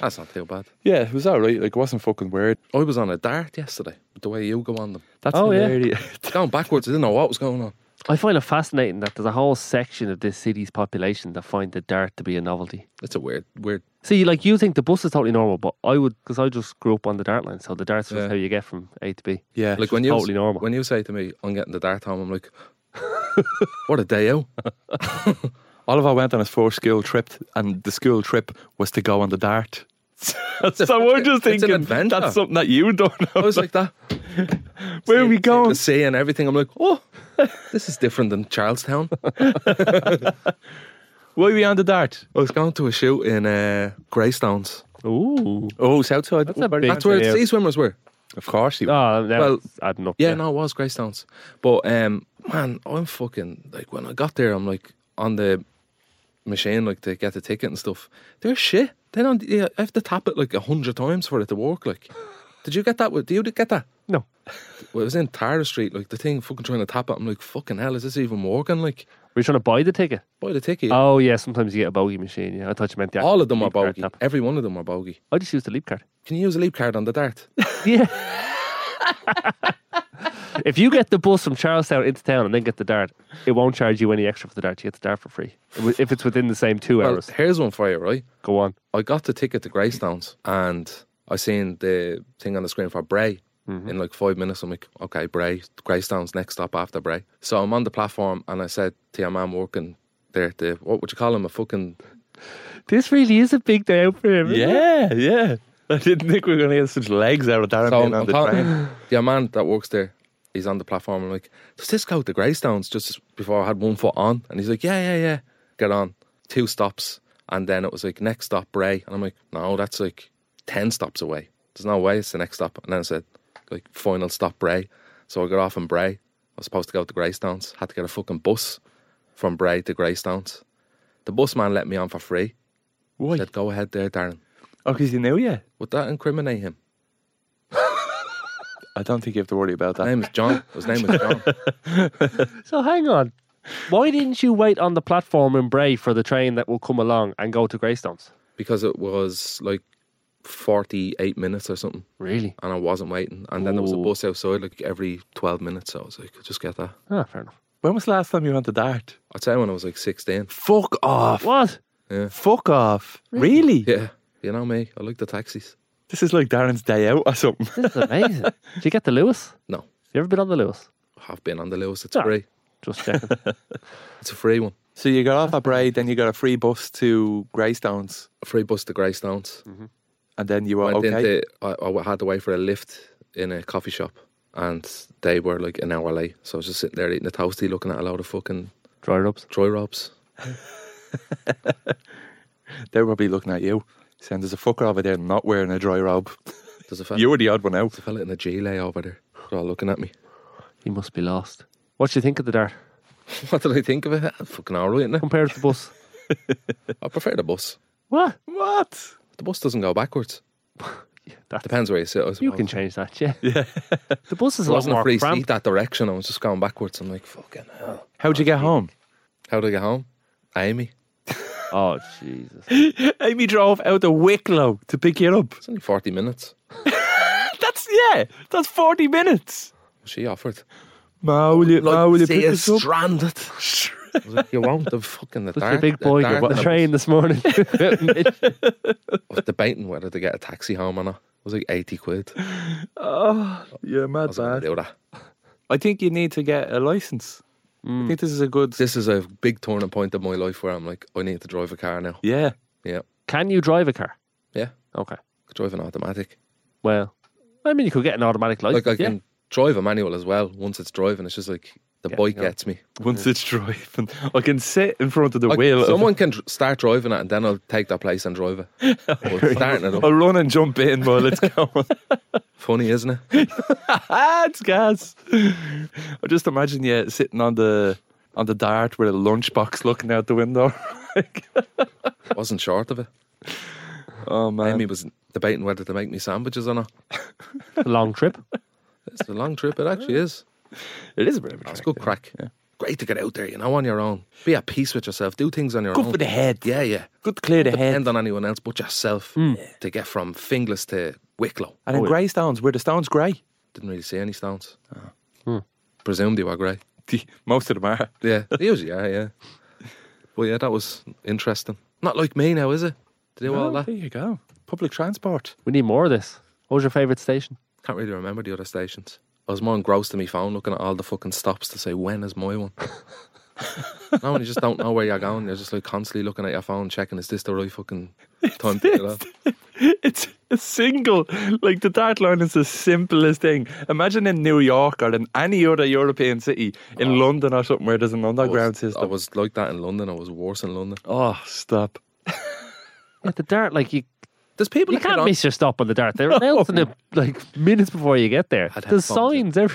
That's not too bad. Yeah, it was all right. Like it wasn't fucking weird. I was on a dart yesterday, the way you go on them. That's Oh, yeah. hilarious. Going backwards, I didn't know what was going on. I find it fascinating that there's a whole section of this city's population that find the dart to be a novelty. It's a weird, weird. See, like you think the bus is totally normal, but I would because I just grew up on the dart line, so the dart's just Yeah. how you get from A to B. Yeah. Like when you totally normal. when you say to me, "I'm getting the dart home," I'm like, "What a day out!" Oliver went on his first school trip, and the school trip was to go on the dart. so we're just It's an thinking adventure. that's something that you don't I know. was like that. Where are we The going? sea and everything. I'm like, "Oh, this is different than Charlestown." Why are we on the dart? I was going to a shoot in uh, Greystones. Ooh, Oh, Southside. that's a uh, big. That's where the sea swimmers were. Of course he Oh, Well, well, adding up. Yeah, there. no, it was Greystones. But um, man, I'm fucking like when I got there, I'm like on the machine, like to get the ticket and stuff. They're shit. They don't. Yeah, I have to tap it like a hundred times for it to work. Like, did you get that? with- Do you get that? No. Well, it was in Tara Street. Like the thing, fucking trying to tap it. I'm like, fucking hell, is this even working? Like, We're you trying to buy the ticket. buy the ticket. Oh yeah, sometimes you get a bogey machine. Yeah, I thought you meant the All of them are leap card bogey. tap. Every one of them are bogey. I just used the leap card. Can you use a leap card on the dart? Yeah. if you get the bus from Charlestown into town and then get the dart, it won't charge you any extra for the dart. You get the dart for free If- if it's within the same two well, hours. here's one for you, right? Go on. I got the ticket to Greystones and I seen the thing on the screen for Bray. Mm-hmm. In like five minutes, I'm like, okay, Bray, Greystones next stop after Bray. So I'm on the platform and I said to your man working there, the what would you call him? A fucking This really is a big day out for him. isn't it? Yeah, yeah. I didn't think we were going to get such legs out of Darren so being on I'm, I'm the train. calling your man that works there. He's on the platform. I'm like, does this go to Greystones? Just before I had one foot on, and he's like, yeah, yeah, yeah, get on. Two stops, and then it was like next stop Bray, and I'm like, no, that's like ten stops away. There's no way it's the next stop. And then I said, like final stop Bray. So I got off in Bray. I was supposed to go to Greystones. Had to get a fucking bus from Bray to Greystones. The bus man let me on for free. Why? Said, go ahead there, Darren. Oh, because you knew you. Would that incriminate him? I don't think you have to worry about His that. name is John. His name is John. So hang on. Why didn't you wait on the platform in Bray for the train that will come along and go to Greystones? because it was like 48 minutes or something Really? and I wasn't waiting and then there was a Ooh. bus outside like every 12 minutes so I was like just get that Ah, fair enough. When was the last time you went to dart? I'd say when I was like 16 Fuck off. What? Fuck off. Really? yeah you know me I like the taxis This is like Darren's day out or something. This is amazing. Did you get the Lewis? no You ever been on the Lewis? I've been on the Lewis it's Ah. free Just checking. it's a free one So you got off at Bray, then you got a free bus to Greystones, a free bus to Greystones and then you were went okay. into I, I had to wait for a lift in a coffee shop and they were like an hour late so I was just sitting there eating a toasty looking at a load of fucking Dry rubs. Troy Robs they were probably looking at you, saying, "There's a fucker over there not wearing a dry robe. there's a fella, You were the odd one out." there's a fella in a gilet over there they're all looking at me He must be lost. What do you think of the dart what did I think of it fucking alright innit? compared to the bus? I prefer the bus. What? What? The bus doesn't go backwards. That Depends where you sit. I you suppose. can change that, yeah. The bus is It a lot wasn't a more free seat cramped. that direction. I was just going backwards. I'm like, fucking hell. How'd you get home? How do I get home? Amy. Oh Jesus! Amy drove out of Wicklow to pick you up. It's only 40 minutes. That's yeah. That's forty minutes. She offered. Ma, will you, ma, will you pick us up? stranded. I was like, you won't have fucking the Such dart- a big boy. The, got dart the and I train this morning. was debating whether to get a taxi home or not. It was like 80 quid. I Yeah, mad was going to do that. I think you need to get a license. I think this is a good. This is a big turning point of my life where I'm like, I need to drive a car now. Yeah, Yeah. Can you drive a car? Yeah. Okay. I could drive an automatic. Well, I mean, you could get an automatic license. Like, I yeah. can drive a manual as well once it's driving. It's just like, the Yeah, bike no. gets me. once it's driving, I can sit in front of the Like, wheel. of- someone can dr- start driving it and then I'll take that place and drive it. But starting it up. I'll run and jump in while it's going. Funny, isn't it? ah, it's gas. I just imagine you sitting on the on the dart with a lunchbox looking out the window. Wasn't short of it. oh man, Amy was debating whether to make me sandwiches or not. A long trip. It's a long trip, it actually is. it is a bit of a It's track. good crack. Great to get out there, you know, on your own. Be at peace with yourself. Do things on your Good own. for the head. Yeah, yeah. Good to clear the head. Mm. Depend on anyone else but yourself to get from Finglas to Wicklow. And in Oh, yeah. grey stones, were the stones grey? Ah. Hmm. Didn't really see any stones. Presumed they were grey. The- Most of them are. Yeah, they usually are, yeah. Well, yeah, that was interesting. Not like me now, is it? To do all Oh, that. there you go. Public transport. We need more of this. What was your favourite station? Can't really remember the other stations. I was more engrossed in my phone looking at all the fucking stops to say, when is my one? now, when you just don't know where you're going, you're just like constantly looking at your phone, checking, is this the right fucking time to get off? It's a single, like the dart line is the simplest thing. Imagine in New York or in any other European city, in London or something where there's an I was- underground I system. was like that in London. I was worse in London. oh, stop. Yeah, the dart, like you, There's people you that get can't on- miss your stop on the dart. They're announcing it like minutes before you get there. I'd have There's phones in. signs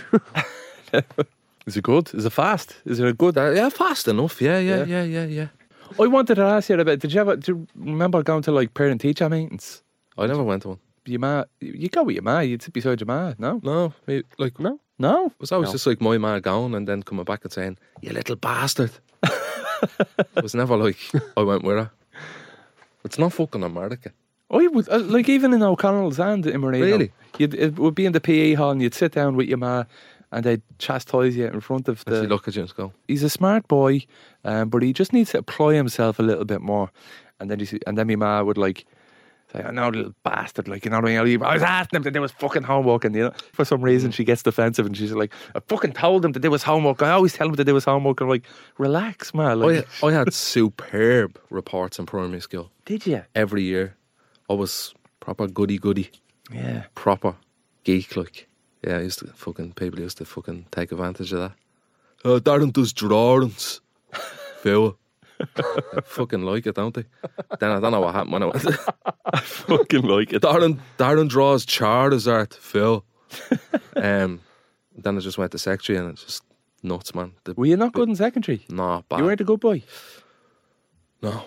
everywhere. Is it good? Is it fast? Is it a good? That- yeah, fast enough. Yeah, yeah, yeah, yeah, yeah. I wanted to ask you about. Did you ever? Do you remember going to like parent teacher meetings? I never went to one. Your ma, you go with your ma. You'd sit beside your ma. No, No, me, like it No, no. was always No. just like my man going and then coming back and saying, "You little bastard." it was never like I went with her. It's not fucking America. I would uh, like even in O'Connell's and in Moreno. Really? You'd, it would be in the PE hall, and you'd sit down with your ma, and they'd chastise you in front of As the. you look at you and just go, he's a smart boy, um, but he just needs to apply himself a little bit more. And then you see, and then my ma would like say, "I know, little bastard." Like you know what I mean? I was asking him to do his fucking homework, and you know, for some reason she gets defensive and she's like, "I fucking told him to do his homework. I always tell him to do his homework." I'm like, "Relax, ma." Like, I, I had superb reports in primary school did you? every year. I was proper goody goody. Yeah. proper geek like. Yeah, I used to fucking people used to fucking take advantage of that. Uh, Darren does drawings. Feel I fucking like it, don't they? Then I don't know what happened when I went. Fucking like it. Darren Darren draws Charizard. Phil. Um, then I just went to secretary and it's just nuts, man. The, Were you not good in secondary? nah, bad. You weren't a good boy. no,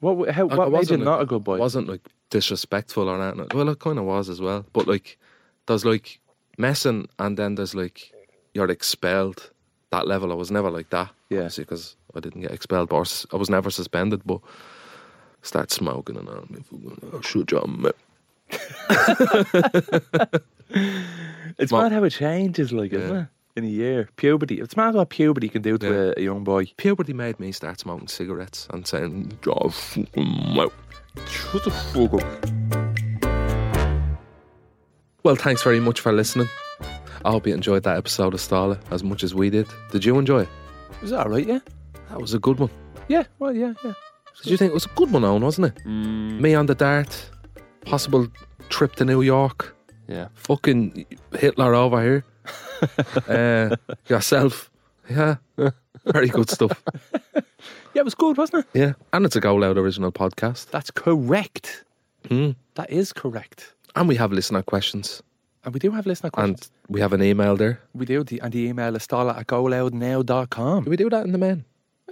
What? How, I- I what made you wasn't not a good boy? wasn't like disrespectful or anything. Well, it kind of was as well. But like, there's like messing, and then there's like you're expelled. That level, I was never like that. Yeah. because I didn't get expelled, but I was- I was never suspended. But start smoking and all. I'll shoot you, mate. It's Well- mad how it changes, like, isn't Yeah. it? In a year, puberty. It's mad what puberty can do to Yeah. a, a young boy. Puberty made me start smoking cigarettes and saying, "Jaw fucking mouth." Shut the fuck up. Well, thanks very much for listening. I hope you enjoyed that episode of Starlet as much as we did. Did you enjoy it? Is that all right? Yeah. That was a good one. Yeah. Well. Yeah. Yeah. Did you think it was a good one, Owen, wasn't it? Me on the dart, possible trip to New York, yeah. fucking Hitler over here, uh, yourself. Yeah, very good stuff. Yeah. It was good, wasn't it? Yeah, and it's a Go Loud original podcast. That's correct. Hmm. That is correct. And we have listener questions, And we do have listener questions. and we have an email there. we do. The, and the email is starla at goloudnow.com. Do we do that in the main?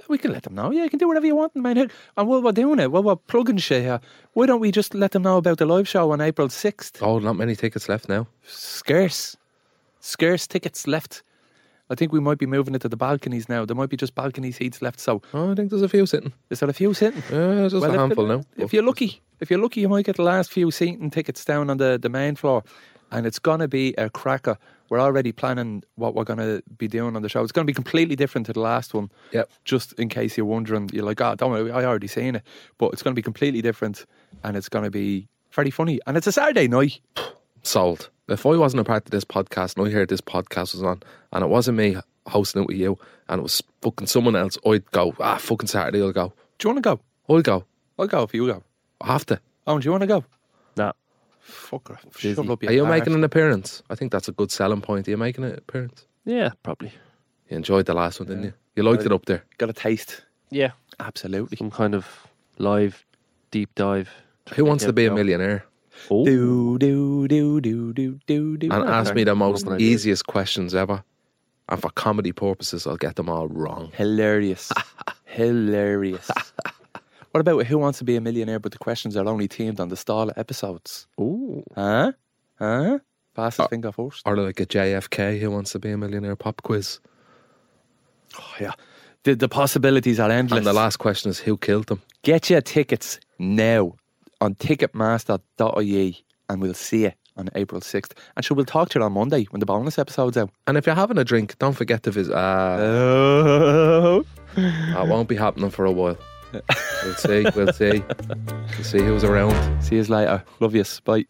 We can let them know. Yeah, you can do whatever you want, man. And while we're doing it, while we're plugging shit here, why don't we just let them know about the live show on April 6th? Oh, not many tickets left now. scarce, scarce tickets left. I think we might be moving it to the balconies now. There might be just balcony seats left. So Oh, I think there's a few sitting. is there a few sitting? Yeah, just Well, a if- handful now. If you're lucky, if you're lucky, you might get the last few seating tickets down on the, the main floor, and it's gonna be a cracker. We're already planning what we're gonna be doing on the show. It's gonna be completely different to the last one. Yep. Just in case you're wondering, you're like, oh, don't worry, I already seen it, but it's gonna be completely different, and it's gonna be very funny. And it's a Saturday night. sold. If I wasn't a part of this podcast and I heard this podcast was on and it wasn't me hosting it with you and it was fucking someone else, I'd go, ah, fucking Saturday, I'll go. Do you want to go? I'll go. I'll go if you go. I have to. Oh, do you want to go? Nah. Fucker. Busy. Shove up your Are you arse. making an appearance? I think that's a good selling point. Are you making an appearance? Yeah, probably. You enjoyed the last one, didn't you? You liked it up there. Got a taste. Yeah. Absolutely. Some kind of live deep dive. Who wants to be a Yeah. millionaire? Oh, Do, do, do, do, do, do, do. And ask me the most Lovely idea. easiest questions ever. And for comedy purposes, I'll get them all wrong. Hilarious. Hilarious. what about Who Wants to Be a Millionaire? But the questions are only teamed on the Starlet episodes. oh, Huh? Huh? Fastest finger first. Or like a JFK, who wants to be a millionaire pop quiz. Oh, yeah. The, the possibilities are endless. And the last question is who killed them? Get your tickets now on ticketmaster.ie E and we'll see you on April 6th. And sure, we'll talk to you on Monday when the bonus episode's out. And if you're having a drink, don't forget to visit. Uh, Oh. that won't be happening for a while. We'll see. We'll see. We'll see who's around. See you later. Love you. Bye.